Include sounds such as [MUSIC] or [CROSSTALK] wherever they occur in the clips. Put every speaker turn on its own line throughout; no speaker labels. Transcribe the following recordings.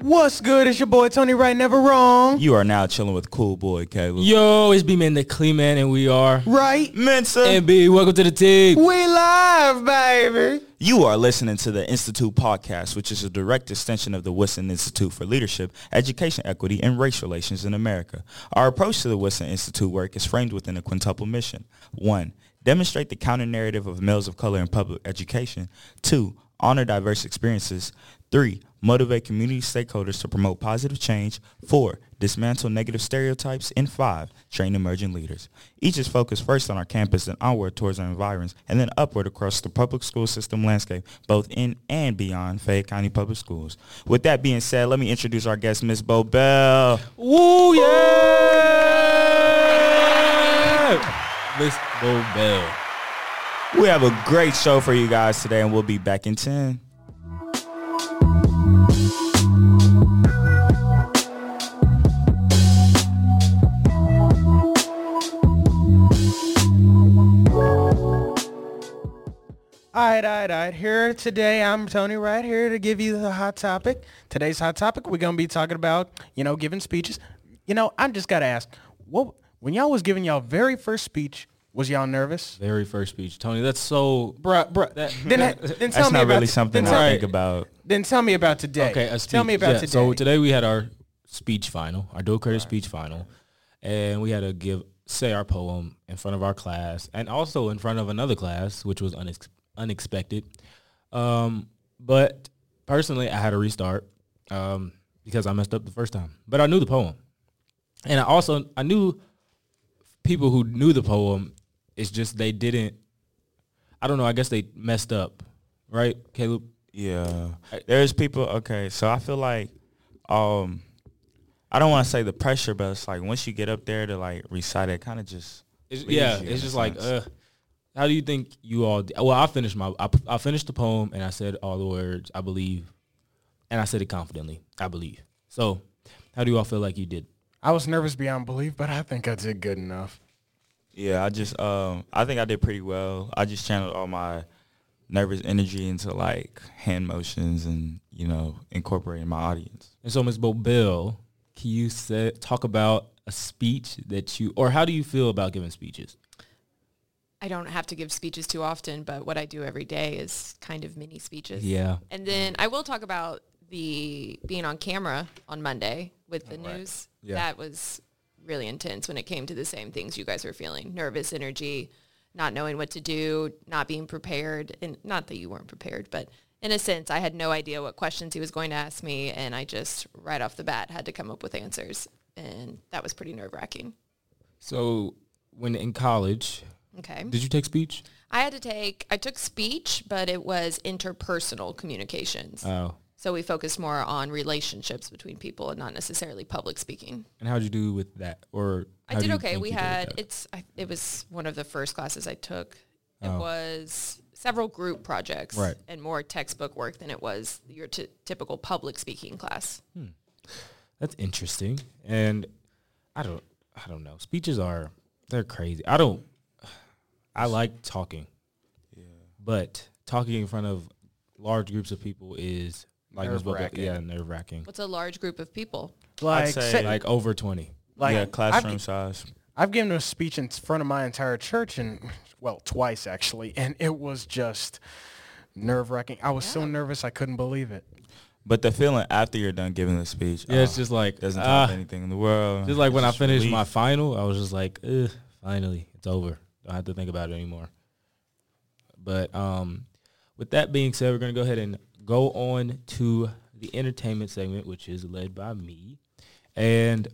What's good? It's your boy Tony Right Never Wrong.
You are now chilling with Cool Boy Caleb.
Yo, it's B-Man the Clean Man, and we are
Right?
Mensa,
NB. Welcome to the team.
We live, baby.
you are listening to the Institute podcast, which is a direct extension of the Wilson Institute for Leadership, Education, Equity, and Race Relations in America. Our approach to the Wilson Institute work is framed within a quintuple mission. One, demonstrate the counter narrative of males of color in public education. Two, honor diverse experiences. Three, motivate community stakeholders to promote positive change. Four, dismantle negative stereotypes. And five, train emerging leaders. Each is focused first on our campus and onward towards our environs and then upward across the public school system landscape, both in and beyond Fayette County Public Schools. With that being said, let me introduce our guest, Ms. Bo Bell.
Woo, yeah! Miss Bo Bell.
We have a great show for you guys today and we'll be back in 10.
All right, all right, all right. Here today, I'm Tony Right here to give you the hot topic. Today's hot topic, we're going to be talking about, you know, giving speeches. You know, I just got to ask, what when y'all was giving y'all very first speech, was y'all nervous?
Very first speech, Tony. That's so... Bruh, bruh. That,
Then, then tell
That's
me
not
about
really
t-
something
Then
to
tell,
Right.
think about.
then tell me about today.
Okay, a
tell me
speech.
about
Yeah,
today.
So today we had our speech final, our dual credit speech final, and we had to give say our poem in front of our class and also in front of another class, which was unex- unexpected. Um, but personally, I had to restart um, because I messed up the first time. But I knew the poem, and I also I knew people who knew the poem. It's just they didn't. I don't know. I guess they messed up, right, Caleb?
Yeah. There's people okay, so I feel like um I don't want to say the pressure, but it's like once you get up there to like recite it, kind of just
It's,
leaves
yeah,
you in
it's
a
just like,
sense.
uh, how do you think you all? d- Well, I finished my, I, p- I finished the poem and I said all the words I believe, and I said it confidently. I believe. So, how do you all feel like you did?
I was nervous beyond belief, but I think I did good enough.
yeah. I just um I think I did pretty well. I just channeled all my nervous energy into like hand motions and you know incorporating my audience.
And so, Ms. Bobel, can you say, talk about a speech that you, or how do you feel about giving speeches?
I don't have to give speeches too often, but what I do every day is kind of mini speeches.
Yeah,
And then I will talk about the being on camera on Monday with the news.
Yeah.
That was really intense when it came to the same things you guys were feeling. Nervous energy, not knowing what to do, not being prepared. And not that you weren't prepared, but in a sense, I had no idea what questions he was going to ask me. And I just right off the bat had to come up with answers. And that was pretty nerve wracking.
So, when in college,
Okay.
did you take speech?
I had to take, I took speech, but it was interpersonal communications.
Oh,
so we focused more on relationships between people and not necessarily public speaking.
and how'd you do with that? Or
I
how do
did
you
okay.
think
We
you did with
had,
that?
it's, I, it was one of the first classes I took. It
Oh.
was several group projects
Right.
and more textbook work than it was your t- typical public speaking class.
That's interesting. And I don't I don't know. Speeches are they're crazy. I don't I like talking. But talking in front of large groups of people is like Ms. Bubba-
Nerve-wracking.
yeah, nerve wracking.
What's a large group of people?
Like,
say,
sit-
Like over twenty.
like,
yeah,
I've-
classroom size.
I've given a speech in front of my entire church, and well, twice actually, and it was just nerve wracking. I was so
Yeah.
nervous I couldn't believe it.
But the feeling after you're done giving the speech,
Yeah, it's
oh,
just like
doesn't
ah,
top anything in the world.
just like
It's
when I
just
finished
relief.
my final, I was just like, Ugh, finally, it's over. Don't have to think about it anymore. But um, with that being said, we're gonna go ahead and go on to the entertainment segment, which is led by me, and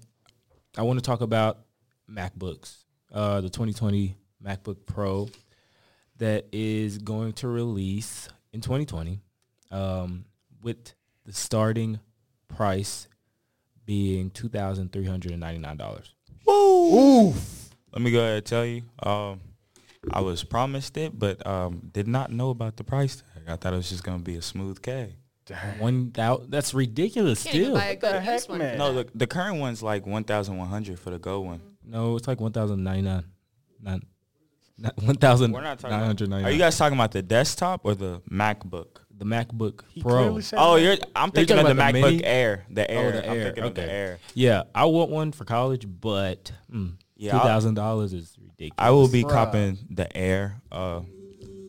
I want to talk about MacBooks, uh, the 2020 MacBook Pro that is going to release in 2020, um, with the starting price being two thousand three hundred and ninety nine dollars.
Let me go ahead and tell you. Um, I was promised it, but um, did not know about the price tag. I thought it was just gonna be a smooth K.
One thousand. That's ridiculous.
Can't even
Still,
buy a good
heck,
used one. for
man?
No,
that.
the, the current one's like one thousand one hundred for the gold one.
no, it's like one thousand ninety nine. Nine. One thousand
We're
nine
not talking.
hundred
About,
ninety
are you
nine.
guys talking about the desktop or the MacBook?
the MacBook
He
Pro.
clearly said
Oh,
that.
you're. I'm thinking of
talking
the
about the
MacBook
Mini?
Air. The Air.
Oh, the
I'm
Air.
thinking of the
Okay.
Air.
Yeah, I want one for college, but mm,
Yeah,
two
I'll-
thousand dollars is ridiculous.
I will be
Bruh.
copping the Air. Uh,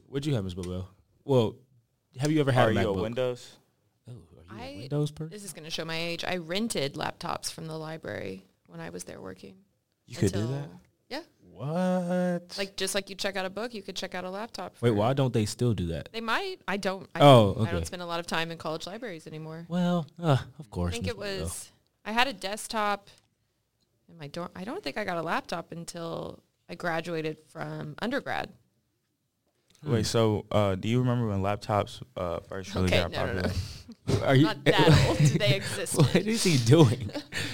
What'd you have, Ms. Bobo? Well, have you ever had
are
a
you a
MacBook?
Windows?
Oh, are you
I-
a Windows person?
This is going to show my age. I rented laptops from the library when I was there working.
You could do that.
Until- Yeah.
What?
Like just like you check out a book, you could check out a laptop.
Wait,
for-
why don't they still do that?
They might. I don't. I
Oh,
don't- I
okay.
don't spend a lot of time in college libraries anymore.
Well, uh, of course.
I think
Ms.
it
Bobo.
was. I had a desktop in my dorm. I don't think I got a laptop until I graduated from undergrad.
Wait. So, uh, do you remember when laptops uh, first really
Okay,
got
no, no, no.
popular?
Are you?
Not that old. They
[LAUGHS]
exist.
what is he doing?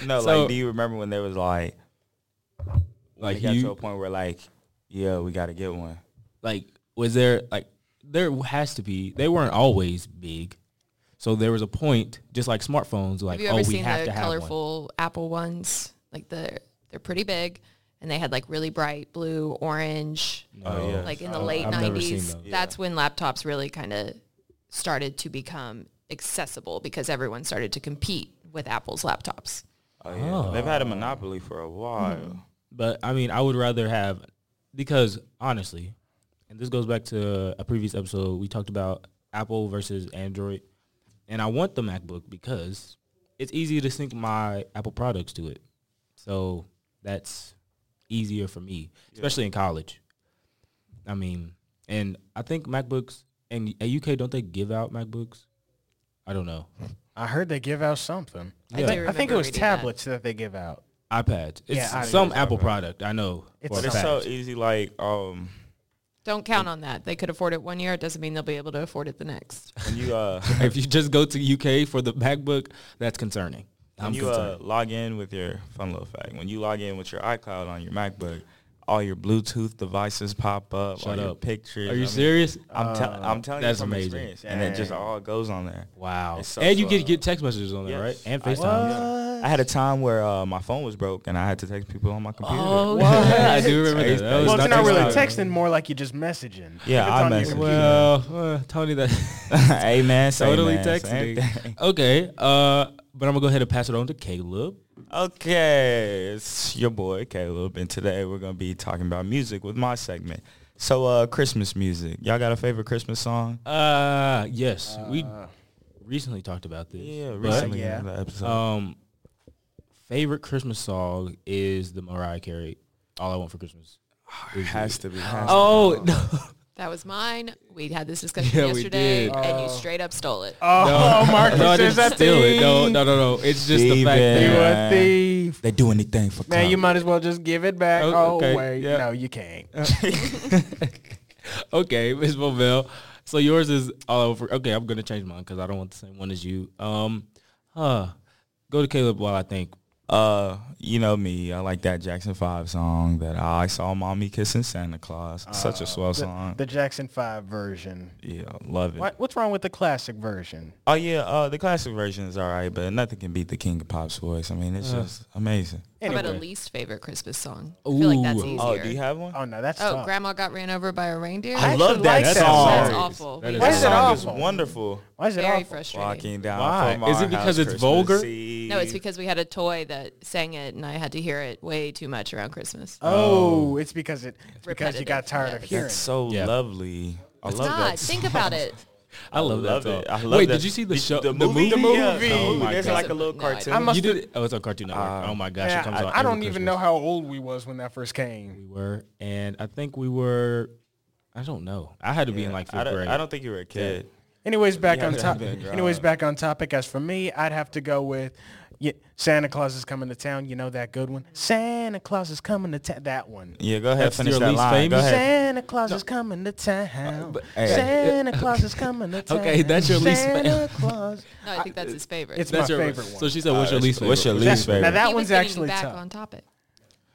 No,
So-
like, do you remember when there was like, like
like
got to a
you?
point where like, yeah, we got to get one.
Like was there like there has to be? They weren't always big, so there was a point. Just like smartphones, like
have you
oh,
ever
we
seen
have
the
to have one.
colorful Apple ones? Like the they're pretty big, and they had like really bright blue, orange.
Oh, yeah.
Like in the
I-
late
I've never seen
nineties,
those.
that's when laptops really kind of started to become accessible because everyone started to compete with Apple's laptops.
Oh yeah. They've had a monopoly for a while.
Hmm.
But I mean, I would rather have because honestly, and this goes back to a previous episode we talked about Apple versus Android, and I want the MacBook because it's easy to sync my Apple products to it, so that's easier for me, especially in college. I mean, and I think MacBooks and at UK don't they give out MacBooks? I don't know
I heard they give out something.
I,
Yeah.
do
I think it
remember
was
reading that.
tablets that. they give out.
iPads. It's
Yeah, I-
some Apple product I know.
It's
for a
But it's
fact.
so easy. Like, um,
Don't count on that. They could afford it one year. It doesn't mean they'll be able to afford it the
[LAUGHS]
next.
when you uh,
if you just go to UK for the MacBook, that's concerning. I'm
when you uh,
concerned.
log in with your fun little fact, when you log in with your iCloud on your MacBook, all your Bluetooth devices pop up, all
Shut
your
up.
pictures. uh,
Are
I
you
mean,
serious? Uh,
I'm, tell I'm telling you
that's
from
amazing.
experience, and it just
Dang.
all goes on there.
Wow.
It's so
and you
slow.
get get text messages on there,
Yes.
right? And
I-
FaceTime.
I had a time where uh, my phone was broke, and I had to text people on my computer.
Oh,
What?
[LAUGHS] I do remember that.
It's-
that. was
Well,
not
it's not really
texting.
texting, more like you're just messaging. If
Yeah,
it's
I
on your
message.
computer.
Well, uh, Tony, that
[LAUGHS]
[LAUGHS]
hey man, same
totally
man, same
texting. [LAUGHS]
thing.
Okay, uh, but I'm gonna go ahead and pass it on to Caleb.
Okay, it's your boy Caleb, and today we're gonna be talking about music with my segment. So, uh, Christmas music. Y'all got a favorite Christmas song?
Uh, yes, we recently talked about this. but,
recently
yeah.
in the episode.
Um, favorite Christmas song is the Mariah Carey. All I want for Christmas. Is
has to be. Has to
Oh no.
That was mine. We had this discussion
Yeah, we
yesterday,
did.
and you straight up stole it.
Oh, [LAUGHS] Marcus
no, I
is
didn't
a
steal it.
thief.
No, no, no, no. It's just the fact
Steven.
You
that
Yeah.
a thief.
They do anything for
Man, you
clout.
might as well just give it back.
Oh,
Oh,
okay,
wait.
yeah.
No, you can't.
okay, [LAUGHS] Miss Bovell. So yours is all over. Okay, I'm gonna change mine because I don't want the same one as you. Um, huh. Go to Caleb while I think.
Uh, you know me. I like that Jackson Five song. That I saw mommy kissing Santa Claus. Such a swell
The,
Uh-uh.
song.
the Jackson 5 version.
yeah, love it.
What, what's wrong with the classic version?
Oh yeah, uh, the classic version is all right, but nothing can beat the King of Pop's voice. I mean, it's just amazing.
How about a
Anyway.
least favorite Christmas song? I feel like that's
Ooh.
easier.
Oh, do you have one?
Oh, no, that's
Oh,
tough.
grandma got ran over by a reindeer.
I
I actually
love that,
like that song.
song.
That's awful.
That
We-
is
Why is it
That song is
awful?
wonderful.
Why is it
Very
awful?
frustrating.
Walking down
Why?
from our
Is it because
house
it's
Christmas
vulgar?
Eve.
No, it's because we had a toy that sang it, and I had to hear it way too much around Christmas.
Oh, it's because it, it's because you
Repetitive,
got tired
yeah.
of hearing.
That's so
Yeah.
lovely. I
it's
love
not.
that. song.
Think about it.
I love,
Love
that song.
it. I love
Wait,
that-
did you see the, show?
The movie.
The movie?
Yeah, the
Oh
movie.
my
There's
God.
like a little
No, I
cartoon.
I must
you
have-
did it. Oh, it's on Cartoon Network. oh my gosh,
Man,
it comes
I,
out.
I
every
don't even
Christmas.
know how old we was when that first came.
we were, and I think we were. I don't know. I had to be in like
I
fifth
don't,
grade.
I don't think you were a kid.
Anyways, back on
[LAUGHS]
yeah,
topic.
yeah.
Anyways, back on topic. As for me, I'd have to go with yeah, Santa Claus is coming to town. You know that good one. Santa Claus is coming to town. That one.
Yeah, go ahead.
That's
finish
your
that
least
line. Go
famous?
ahead.
Santa Claus is coming to town.
hey.
[LAUGHS]
Santa Claus is coming to town.
Okay, that's your least fa-
Santa Claus.
No, I think that's his favorite.
It's
That's
my
your-
favorite one.
So she said, "What's your least favorite?"
Uh, What's your least
Now
favorite?
that
He was
one's
getting
actually
back
tough.
on topic.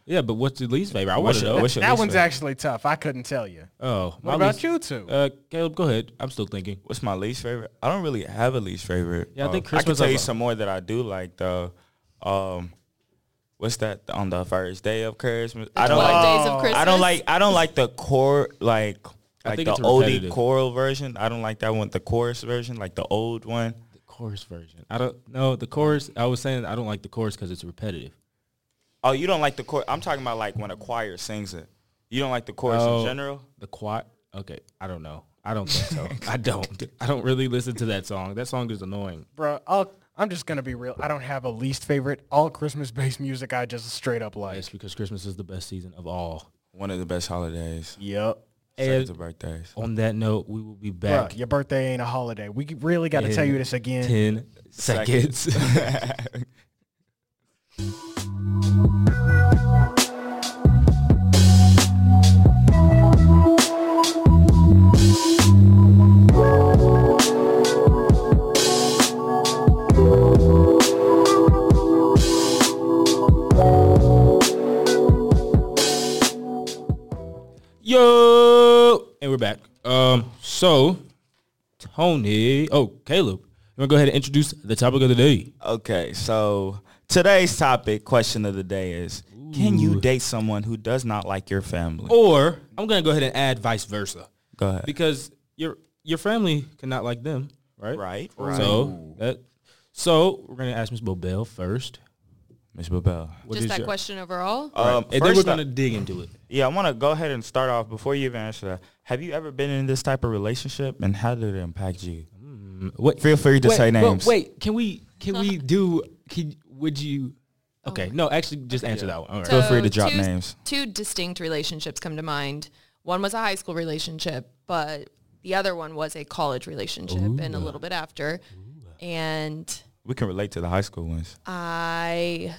Yeah, but what's your least favorite? I want
What's
to
your-
know.
what's your
that
least
one's
favorite?
actually tough. I couldn't tell you.
Oh,
What
my
about
least-
you two?
Uh, Caleb, go ahead. I'm still thinking.
What's my least favorite? I don't really have a least favorite.
Yeah, I
Uh,
think
I can
Christmas
tell
is
you
a-
some more that I do like though. Um, what's that on the first day of Christmas? I don't
12
like.
days of Christmas.
I don't like. I don't like the core like.
I
Like
think
the
it's
oldie
repetitive.
choral version. I don't like that one. The chorus version, like the old one.
The chorus version. I don't know the chorus. I was saying I don't like the chorus because it's repetitive.
Oh, you don't like the chorus. I'm talking about like when a choir sings it. You don't like the chorus
Oh.
in general.
The quad. Okay, I don't know. I don't [LAUGHS] think so. I don't. I don't really listen to that song. That song is annoying.
bro. I'll, I'm just gonna be real. I don't have a least favorite. All Christmas-based music, I just straight up like.
It's because Christmas is the best season of all.
One of the best holidays.
Yep.
Second
And
to birthdays.
on that note, we will be
Bro,
back
your birthday ain't a holiday. We really got to tell you this again.
ten seconds. [LAUGHS] Yo, and we're back. Um, so Tony, oh Caleb, you want to go ahead and introduce the topic of the day?
Okay, so today's topic question of the day is: Can you date someone who does not like your family?
Or I'm gonna go ahead and add vice versa
Go ahead.
because your your family cannot like them, right?
Right, right.
So that so we're gonna ask Miss Bobel first.
Miss Babel.
What
Just
is
that
your-
question overall.
Um,
and then
first
we're
up-
gonna dig into it.
yeah, I want to go ahead and start off before you even answer that. Have you ever been in this type of relationship, and how did it impact you? Hmm,
What
Feel free to
wait,
say
but
names.
Wait, can we can
[LAUGHS]
we do? Can, would you? Okay, no, actually, just answer that one. All right. Oh
Feel free to drop
two,
names.
Two distinct relationships come to mind. One was a high school relationship, but the other one was a college relationship and a little bit after. And
We can relate to the high school ones.
I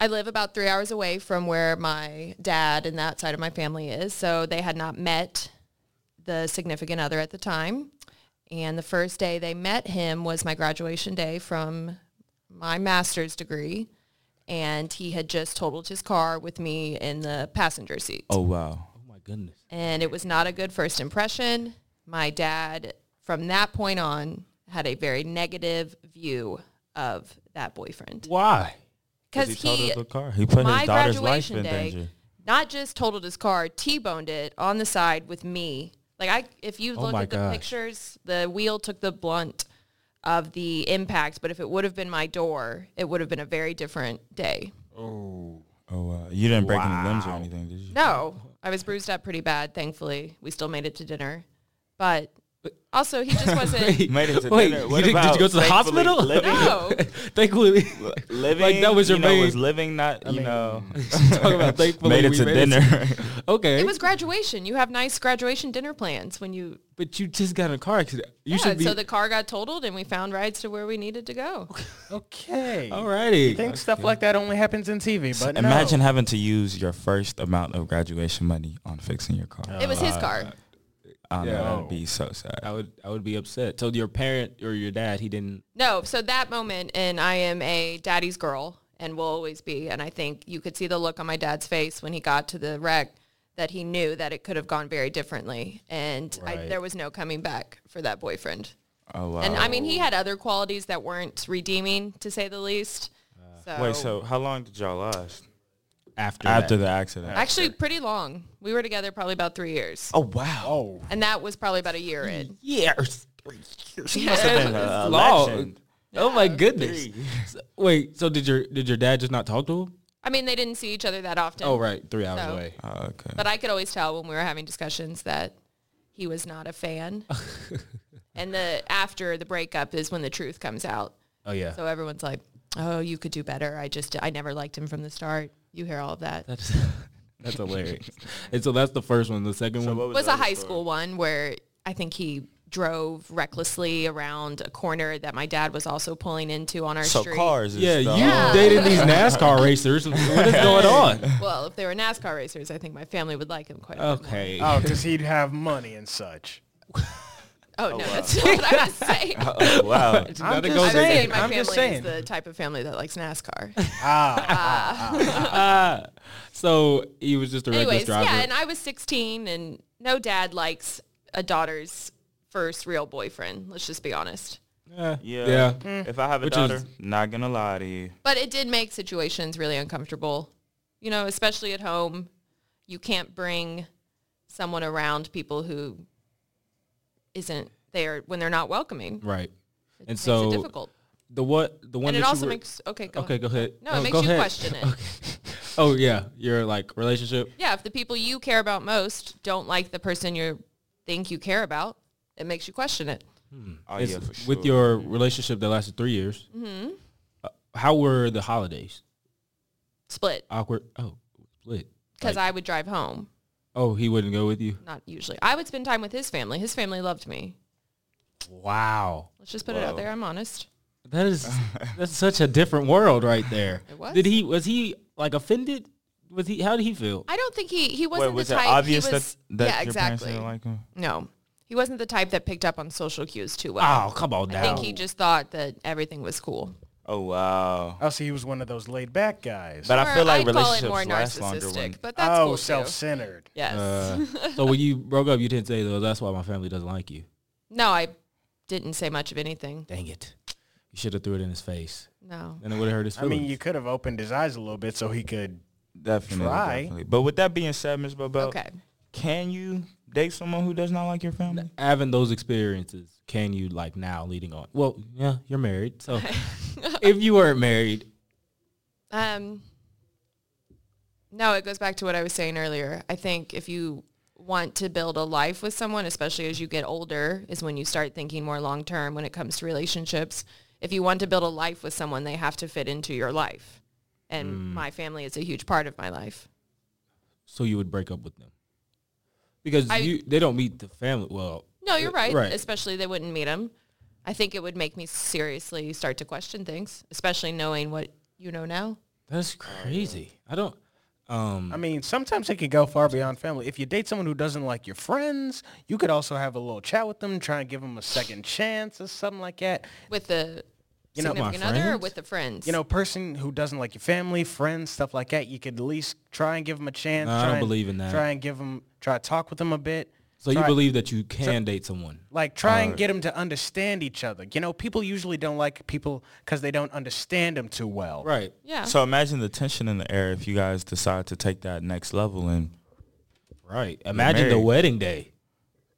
I live about three hours away from where my dad and that side of my family is. So they had not met the significant other at the time. And the first day they met him was my graduation day from my master's degree. And he had just totaled his car with me in the passenger seat
Oh wow.
Oh my goodness.
and it was not a good first impression. My dad, from that point on, had a very negative view of that boyfriend
Why?
because
totaled
he,
the car. He put
my
his daughter's life
graduation
in
day,
danger.
not just totaled his car, t-boned it on the side with me. Like I, if you
Oh
look
my
at the
gosh.
pictures, the wheel took the blunt of the impact. But if it would have been my door, it would have been a very different day.
Oh wow. You didn't break any limbs or anything, did you?
No, I was bruised up pretty bad. Thankfully, we still made it to dinner, but also he just wasn't.
Made it to
Wait,
dinner.
you
What
did- did
about
you go to the
thankfully
hospital?
Living,
no,
[LAUGHS] Thankfully,
living
Like, that was your
you know,
main-
was living not you
mean-
[LAUGHS] know
talking about thankfully
made it
we
to dinner.
Okay,
it was graduation. You have nice graduation dinner plans when you.
but you just got in a car accident. You
yeah,
should be
so the car got totaled, and we found rides to where we needed to go.
Okay.
all
I
righty.
think stuff like that only happens in TV, but no.
[LAUGHS] Imagine having to use your first amount of graduation money on fixing your car.
It was his car.
I know,
Yeah.
that'd be so sad.
I would I would be upset. So your parent or your dad, he didn't.
No, so that moment, and I am a daddy's girl and will always be. And I think you could see the look on my dad's face when he got to the wreck that he knew that it could have gone very differently. And I,
Right.
there was no coming back for that boyfriend.
Oh wow.
And I mean, he had other qualities that weren't redeeming, to say the least. So,
Uh, Wait, so how long did y'all last?
After
After
that.
the accident.
actually pretty long. We were together probably about three years,
Oh wow.
Oh,
and that was probably about a year in.
years, three years.
Yeah.
Must
[LAUGHS]
have been
Uh,
a long.
legend.
Oh my goodness. So- wait, so did your did your dad just not talk to him?
I mean, they didn't see each other that often.
Oh right, three hours
So-
away.
Oh,
[LAUGHS]
okay.
But I could always tell when we were having discussions that he was not a fan. and the after the breakup is when the truth comes out.
Oh yeah.
So everyone's like, "Oh, you could do better." I just I never liked him from the start. You hear all of that.
that's
[LAUGHS]
that's hilarious. and so that's the first one. The second
So
one.
what was
was
the
a
other
high
story?
school one where I think he drove recklessly around a corner that my dad was also pulling into on our
So
street.
cars. Is
Yeah,
the-
you
[LAUGHS]
dated these NASCAR racers. What
[LAUGHS]
is going on?
Well, if they were NASCAR racers, I think my family would like him quite a bit.
Okay.
oh, because he'd have money and such.
Oh, no, that's [LAUGHS] not what I was saying.
[LAUGHS]
Oh, wow.
I'm
gotta
just
go
I
there.
was saying
saying.
my
I'm
family
just saying.
is the type of family that likes NASCAR.
Ah,
So he was just a reckless
Anyways,
driver.
yeah, and I was 16, and no dad likes a daughter's first real boyfriend. Let's just be honest.
Yeah. Mm.
Yeah.
If I have a
Which
daughter,
is-
not gonna lie to you.
But it did make situations really uncomfortable. You know, especially at home, you can't bring someone around people who isn't there when they're not welcoming.
Right. And
It makes
so
it difficult.
The what the one
And it
that you
also
were-
makes okay, go
Okay,
ahead.
go ahead.
No, it makes
go
you
ahead.
question it.
Okay. Oh yeah, your like relationship.
Yeah, if the people you care about most don't like the person you think you care about, it makes you question it.
Oh,
It's-
yeah, for
With
sure.
your relationship that lasted three years,
Mm-hmm.
uh, how were the holidays?
Split
Awkward. Oh, split.
because
Like-
I would drive home.
Oh, he wouldn't go with you.
Not usually. I would spend time with his family. His family loved me.
Wow,
Let's just put it out
Whoa.
there. I'm honest.
that is that's such a different world right there.
It was.
Did he was he like offended? Was he? How did he feel?
I don't think he he
Wait,
wasn't
was
the
it
type.
obvious
he was,
that, that
yeah,
your parents
exactly.
didn't like him?
no, he wasn't the type that picked up on social cues too
Ah,
well.
Oh, come on
I
now.
think he just thought that everything was cool.
Oh wow!
Oh, so he was one of those laid back guys.
But I
Or
feel like
I'd
relationships
call it more
last longer when.
narcissistic, but that's
oh,
cool too.
self-centered.
Yes.
Uh,
[LAUGHS]
so when you broke up, you didn't say though. That's why my family doesn't like you.
no, I didn't say much of anything.
Dang it! You should have threw it in his face,
No.
and it would have hurt his
I
feelings.
mean, you could have opened his eyes a little bit so he could.
Definitely,
Try.
definitely. But with that being said, Ms. Bobel,
Okay.
can you date someone who does not like your family?
having those experiences, can you like now leading on? Well, yeah, you're married. So if you weren't married,
Um, no, it goes back to what I was saying earlier. I think if you want to build a life with someone, especially as you get older, is when you start thinking more long term when it comes to relationships. If you want to build a life with someone, they have to fit into your life. And
Mm.
my family is a huge part of my life.
so you would break up with them. Because
I-
you they don't meet the family. Well,
No, you're
Uh,
right.
right.
Especially they wouldn't meet him. I think it would make me seriously start to question things, especially knowing what you know now.
that's crazy. I don't um
I mean, sometimes it could go far beyond family. If you date someone who doesn't like your friends, you could also have a little chat with them, try and give them a second chance or something like that.
With the
You know,
significant
My
other or
friends?
with the friends?
You know, person who doesn't like your family, friends, stuff like that, you could at least try and give them a chance.
No, I
try
don't
and-
believe in that.
Try and give them, try to talk with them a bit.
so you
Try-
believe that you can date someone.
Like try and get them to understand each other. You know, people usually don't like people because they don't understand them too well.
Right.
Yeah.
So imagine the tension in the air if you guys decide to take that next level and
Right. Imagine the
married.
wedding day.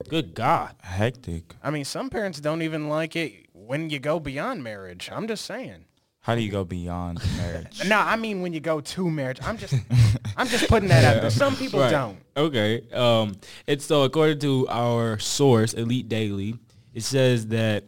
Good God.
hectic.
I mean, some parents don't even like it when you go beyond marriage. I'm just saying.
How do you go beyond marriage?
No, I mean when you go to marriage. I'm just, I'm just putting that out there. Some people
Right.
don't.
Okay. Um, and so according to our source, Elite Daily, it says that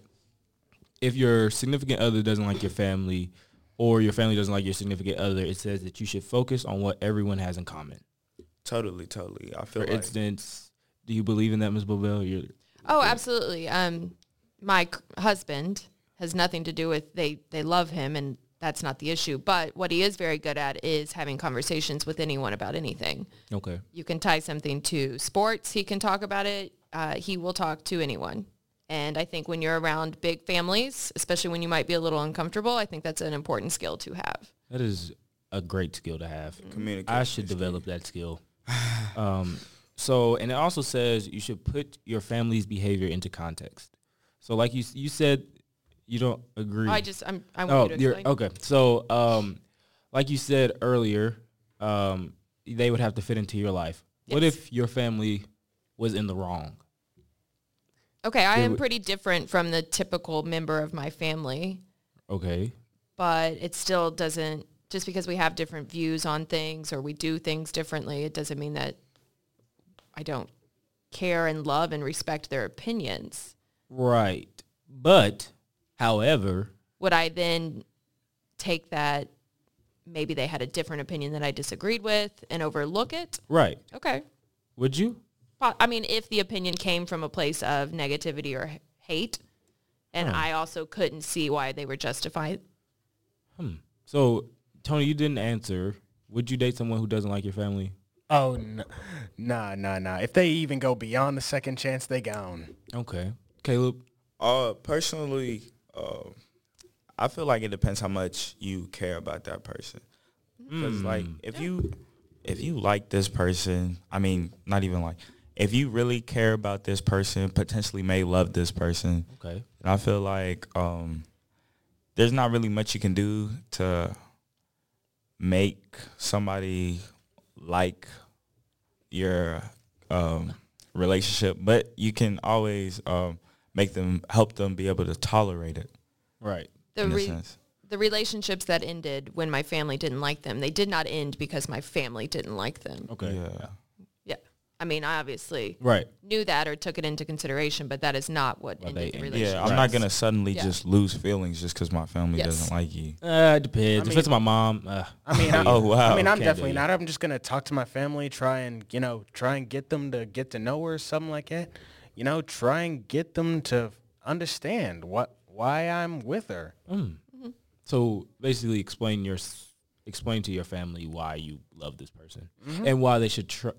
if your significant other doesn't like your family or your family doesn't like your significant other, it says that you should focus on what everyone has in common.
[LAUGHS] totally, totally. I
For
feel like
instance, do you believe in that, Ms. Bobel? You're,
Oh, absolutely. Um, my c- husband has nothing to do with they. They love him, and that's not the issue. But what he is very good at is having conversations with anyone about anything.
okay.
You can tie something to sports. He can talk about it. Uh, he will talk to anyone. And I think when you're around big families, especially when you might be a little uncomfortable, I think that's an important skill to have.
That is a great skill to have.
communication.
I should develop that skill. Um, so, and it also says you should put your family's behavior into context. So, like you s- you said, you don't agree.
I just I'm, I
oh,
want you to
you're,
explain.
okay. So, um, like you said earlier, um, they would have to fit into your life. What
Yes.
if your family was in the wrong?
Okay, I
They
am
would-
pretty different from the typical member of my family.
Okay.
but it still doesn't just because we have different views on things or we do things differently it doesn't mean that i don't care and love and respect their opinions
Right. But, however,
would i then take that maybe they had a different opinion that i disagreed with and overlook it
right.
okay
Would you?
Po- i mean if the opinion came from a place of negativity or h- hate and
Huh.
i also couldn't see why they were justified
Hmm. So, Tony, you didn't answer. Would you date someone who doesn't like your family?
Oh, no. nah, nah, nah. If they even go beyond the second chance, they gone.
Okay. Caleb?
Uh, personally, uh, I feel like it depends how much you care about that person. Because like, if you if you like this person, I mean, not even like, if you really care about this person, potentially may love this person,
Okay.
and I feel like um, there's not really much you can do to make somebody like your um, relationship, but you can always um, make them help them be able to tolerate it
Right.
The
in a
re-
sense.
the relationships that ended when my family didn't like them, they did not end because my family didn't like them.
Okay.
Yeah.
Yeah. I mean, I obviously
Right.
knew that or took it into consideration, but that is not what
Well,
ended
they-
the
yeah,
relationship.
Yeah, I'm not gonna suddenly
Yeah.
just lose feelings just because my family
Yes.
doesn't like you.
Uh, it depends.
I
if it's
mean-
my mom, uh,
I
[LAUGHS]
mean, I,
Oh wow.
I mean, I'm
can't do
definitely
it.
not. I'm just gonna talk to my family, try and you know, try and get them to get to know her, or something like that. You know, try and get them to understand what why I'm with her.
so basically explain your s- explain to your family why you love this person
Mm-hmm.
and why they should tr-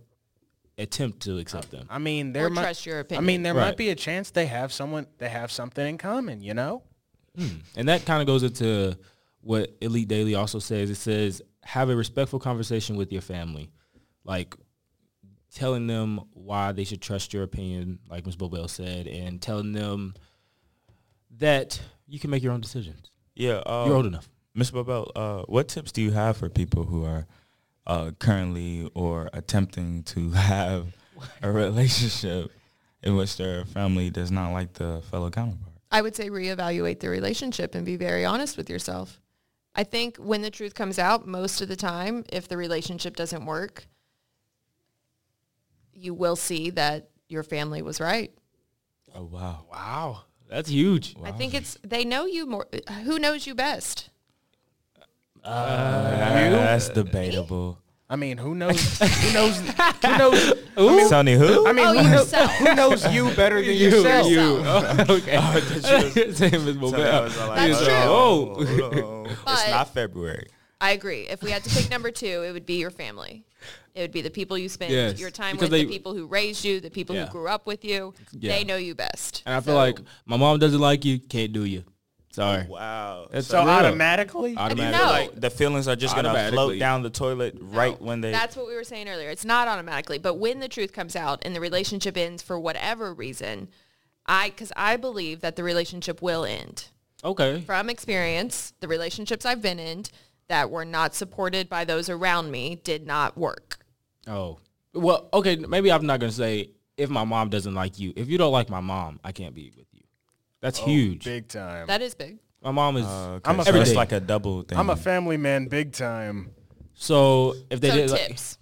attempt to accept them.
I mean, there
or
might
trust your
I
opinion.
mean, there
Right.
might be a chance they have someone they have something in common. You know,
And that kind of goes into what Elite Daily also says. It says have a respectful conversation with your family, like telling them why they should trust your opinion, like Ms. Bobel said, and telling them that you can make your own decisions.
yeah. Uh,
You're old enough.
Ms. Bobel, uh, what tips do you have for people who are uh, currently or attempting to [LAUGHS] have a relationship in which their family does not like the fellow counterpart?
I would say reevaluate the relationship and be very honest with yourself. I think when the truth comes out, most of the time, if the relationship doesn't work, you will see that your family was right.
Oh wow.
Wow, that's huge.
I think it's they know you more. Who knows you best?
Uh, That's debatable.
I mean, who knows? who knows? Who knows? I mean,
Sonny, who? [LAUGHS]
I mean,
Oh,
who, knows
yourself.
who knows you better than yourself?
okay. [LAUGHS] Same as Bobel.
That's true.
Oh.
[LAUGHS] it's [LAUGHS]
But-
not February.
I agree. If we had to pick number two, it would be your family. It would be the people you spend
Yes,
your time
because
with,
they-
the people who raised you, the people
Yeah.
who grew up with you.
Yeah.
They know you best.
And I feel
So-
like my mom doesn't like you, can't do you. Sorry.
Wow.
That's
So
real.
automatically,
Automatic.
No.
Like the feelings are just gonna float
Automatically.
down the toilet right when they
That's what we were saying earlier. It's not automatically, but when the truth comes out and the relationship ends for whatever reason, I because I believe that the relationship will end.
Okay.
From experience, the relationships I've been in that were not supported by those around me did not work.
Oh. Well, okay, maybe I'm not going to say if my mom doesn't like you. If you don't like my mom, I can't be with you. That's
Oh,
huge.
big time.
That is big.
My mom is
Uh,
I'm a
so it's
everything.
like a double thing.
I'm a family man, big time.
so if they
so
did like
tips.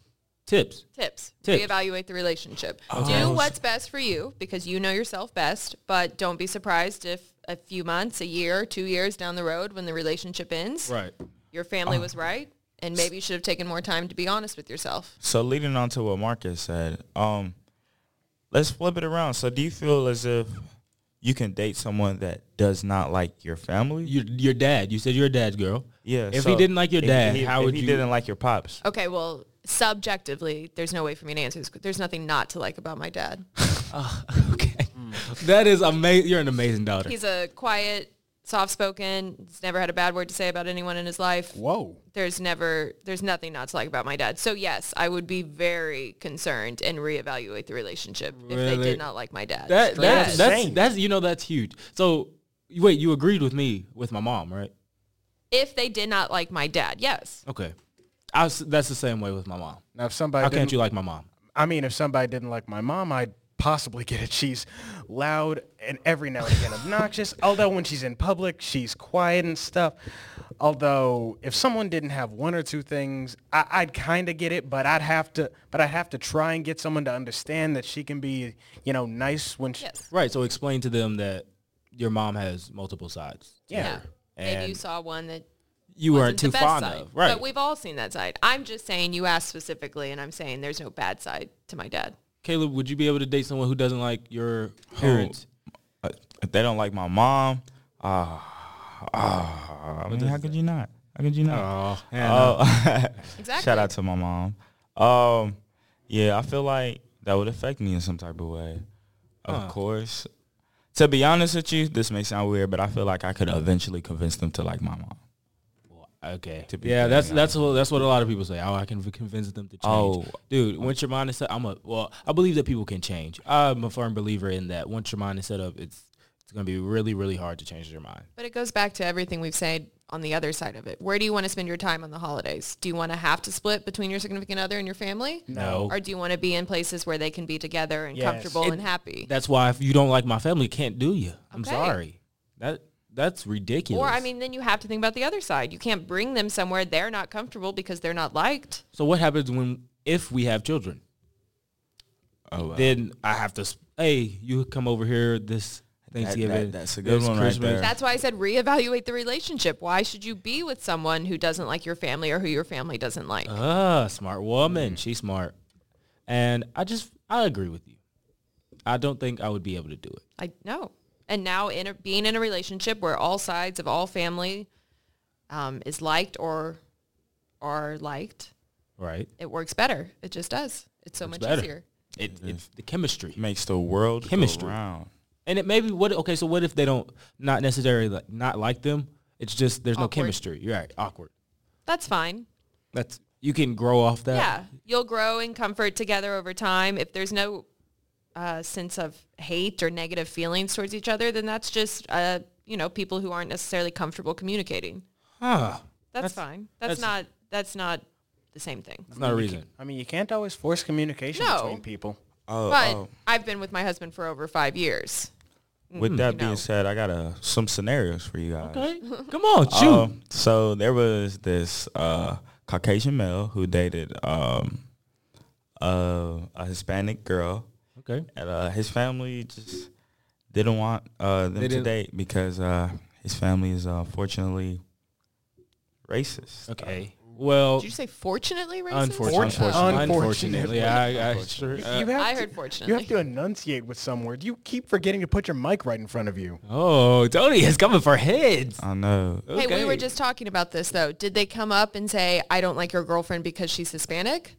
tips.
tips.
Tips. Oh,
Reevaluate the relationship.
Okay.
Do what's best for you because you know yourself best, but don't be surprised if a few months, a year, two years down the road when the relationship ends,
Right. Oh.
your family was right and maybe you should have taken more time to be honest with yourself.
So leading on to what Marcus said, um, let's flip it around. So do you feel as if you can date someone that does not like your family?
Your your dad, you said you're a dad's girl.
yeah.
If
so
he didn't like your
if
dad,
he-
how
if
would
he
you
didn't like your pops?
Okay, well, subjectively, there's no way for me to answer this. There's nothing not to like about my dad.
[LAUGHS]
Okay.
Hmm.
[LAUGHS] That is amazing. You're an amazing daughter.
He's a quiet, soft-spoken, he's never had a bad word to say about anyone in his life.
Whoa.
there's never there's nothing not to like about my dad. So yes, I would be very concerned and reevaluate the relationship if they
Really?
did not like my dad.
that that's
Yes.
that's,
Same.
that's you know that's huge. So wait, you agreed with me with my mom, right?
if they did not like my dad, yes.
Okay. I was, that's the same way with my mom.
Now, if somebody
How
didn't,
can't you like my mom?
I mean, if somebody didn't like my mom, I'd possibly get it. She's loud and every now and again obnoxious. Although when she's in public, she's quiet and stuff. Although if someone didn't have one or two things, I, I'd kind of get it, but I'd have to, but I'd have to try and get someone to understand that she can be, you know, nice when she.
Yes.
Right. So explain to them that your mom has multiple sides.
Yeah.
Yeah. Maybe you
And
saw one that
you
wasn't
weren't
the
too
best
fond
side.
of. Right.
But we've all seen that side. I'm just saying you asked specifically and I'm saying there's no bad side to my dad.
Caleb, would you be able to date someone who doesn't like your
Oh.
parents?
Uh, If they don't like my mom, ah, ah. I mean, how could you not? How could you not?
Oh,
Oh, [LAUGHS]
Exactly.
shout out to my mom. Um, yeah, I feel like that would affect me in some type of way. Of
Huh.
course. To be honest with you, this may sound weird, but I feel like I could eventually convince them to like my mom.
Uh,
okay.
To be
Yeah, that's
very
that's what that's what a lot of people say. Oh, I can convince them to
Oh.
change. dude, once your mind is set, I'm a well. I believe that people can change. I'm a firm believer in that. Once your mind is set up, it's it's It's going to be really, really hard to change their mind.
But it goes back to everything we've said on the other side of it. Where do you want to spend your time on the holidays? Do you want to have to split between your significant other and your family?
No.
Or do you want to be in places where they can be together and
Yes.
comfortable
It-
and happy?
That's why if you don't like my family, can't do you. I'm
Okay.
sorry. That that's ridiculous.
Or I mean, then you have to think about the other side. You can't bring them somewhere they're not comfortable because they're not liked.
so what happens when if we have children?
Oh, wow.
Then I have to. s- Hey, you come over here this Thanksgiving.
that- that's a
this
good one right
Christmas.
there.
That's why I said reevaluate the relationship. Why should you be with someone who doesn't like your family or who your family doesn't like?
Ah, smart
Mm.
woman. She's smart. And I just I agree with you. I don't think I would be able to do it.
I know. And now in a, being in a relationship where all sides of all family um, is liked or are liked,
Right?
it works better. It just does. It's so
It's
much
better.
easier.
It,
Mm-hmm.
it's the chemistry.
makes the world
Chemistry.
go round.
And it maybe what okay, so what if they don't not necessarily like, not like them? It's just there's
Awkward.
no chemistry. You're right. Awkward.
That's fine.
That's you can grow off that.
yeah, you'll grow in comfort together over time. If there's no uh, sense of hate or negative feelings towards each other, then that's just uh, you know people who aren't necessarily comfortable communicating.
Huh.
That's, fine.
that's-
That's, not that's not the same thing.
That's not a reason.
I mean, you can't always force communication
No.
between people.
Oh,
But
oh.
I've been with my husband for over five years.
With that being
No.
said, I got uh, some scenarios for you guys.
Okay. Come on, shoot.
Um, so there was this uh, Caucasian male who dated um, uh, a Hispanic girl,
okay.
and uh, his family just didn't want uh, them
They
to
didn't-
date because uh, his family is unfortunately racist.
Okay. Well,
Did you say fortunately racist?
Oh. unfortunately,
Unfortunately.
unfortunately, I, I sure.
You-
uh,
you have
I
to- You
heard
have
fortunately.
to enunciate with some word. You keep forgetting to put your mic right in front of you.
oh, Tony is coming for heads.
I know.
Hey, we were
Okay.
just talking about this though. Did they come up and say, "I don't like your girlfriend because she's Hispanic"?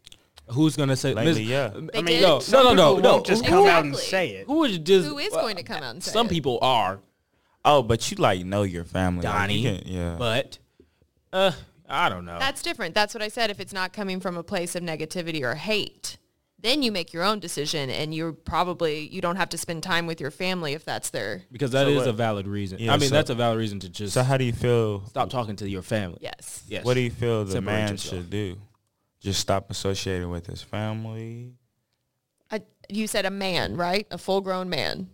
Who's gonna say?
Lately,
Miss-
yeah.
They
I mean,
did.
no,
some
no, no,
people
no.
won't just
Who-
come out and
Exactly.
say it.
Who would just?
Who is going to come out and say
Some
it?
people are
Oh, but you like know your family, Like,
Donnie,
you can- yeah.
but uh, I don't know.
That's different. That's what I said. If it's not coming from a place of negativity or hate, then you make your own decision, and you probably you don't have to spend time with your family if that's their
because that is
what-
a valid reason.
Yeah,
I mean,
so-
that's a valid reason to just
so how do you feel?
stop talking to your family.
yes.
Yes.
What do you feel the
Separate
man
yourself.
should do? Just stop associating with his family.
I, you said a man, right? A full-grown man.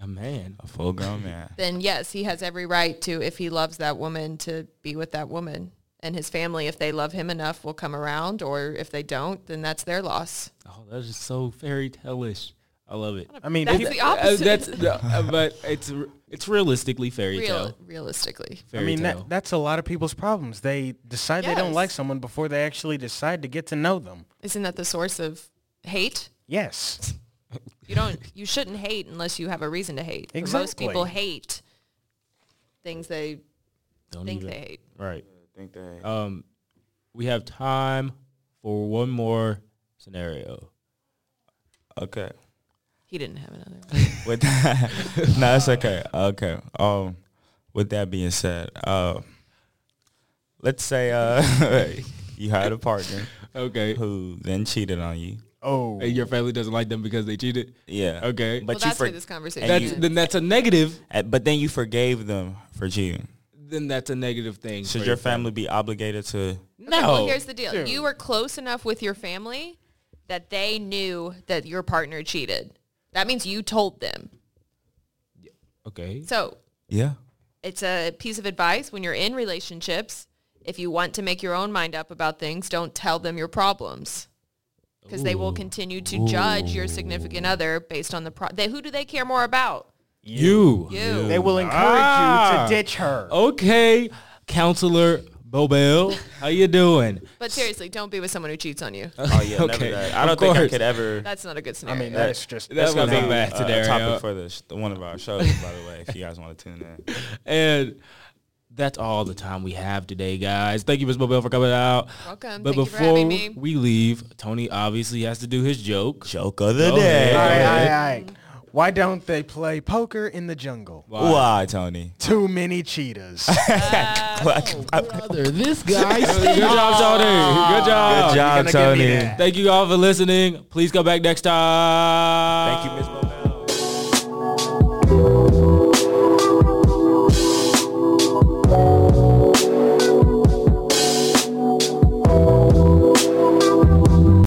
A man.
A full grown
[LAUGHS]
man.
Then yes, he has every right to, if he loves that woman, to be with that woman. And his family, if they love him enough, will come around, or if they don't, then that's their loss.
Oh, that is so fairy tale-ish. I love it.
I mean,
That's
peop-
the
Uh,
opposite.
that's the- uh, but it's r- it's realistically fairy
Real,
tale.
realistically.
I
Fairy
mean
tale.
that, that's a lot of people's problems. They decide they don't
Yes.
like someone before they actually decide to get to know them.
Isn't that the source of hate?
[LAUGHS]
Yes.
You don't. [LAUGHS] You shouldn't hate unless you have a reason to hate. But Most
Exactly.
people hate things they
Don't
think
even-
they hate.
right.
I think they
Um, we have time for one more scenario.
Okay.
He didn't have another. One.
With that, [LAUGHS] no, it's okay. Okay. Um, with that being said, uh, let's say uh, [LAUGHS] you had a partner
[LAUGHS]
Okay.
who then cheated on you.
Oh.
And your family doesn't like them because they cheated.
Yeah.
Okay.
But
well,
you
that's
for,
where this conversation.
and
That's
is.
you-
then that's a negative.
uh, but then you forgave them for cheating.
Then that's a negative thing.
Should
for
your family be obligated to?
Okay, well,
No.
here's the deal.
Dude.
You were close enough with your family that they knew that your partner cheated. That means you told them.
Okay.
So
Yeah.
it's a piece of advice when you're in relationships. If you want to make your own mind up about things, don't tell them your problems because they will continue to judge your significant other based on the pro- they, who do they care more about?
You.
You.
They will encourage
Ah.
you to ditch her.
Okay, counselor Bobel, how you doing?
But seriously, don't be with someone who cheats on you.
Oh [LAUGHS] yeah. Never
Okay.
that. I
Of
don't think I
course.
could ever.
That's not a good
I
scenario.
mean, that's just
That's
That
gonna
was
be
a bad
a, a
scenario.
topic for the sh- one of our shows, by the way. If you guys want to tune in.
And that's all the time we have today, guys. Thank you, Ms. Bobel, for coming out.
Welcome.
But
Thank you for
before
having me.
we leave, Tony obviously has to do his joke.
[LAUGHS] Joke of the
Go ahead.
day.
All
Go
right, all
ahead.
right, all right. Why don't they play poker in the jungle?
Why, Tony?
Too many cheetahs. [LAUGHS]
Brother, this guy. [LAUGHS] Good job, Tony. Good job.
Good job,
gonna give me
Tony.
that.
Thank you all for listening. Please come back next time.
Thank you, Ms. Mobile.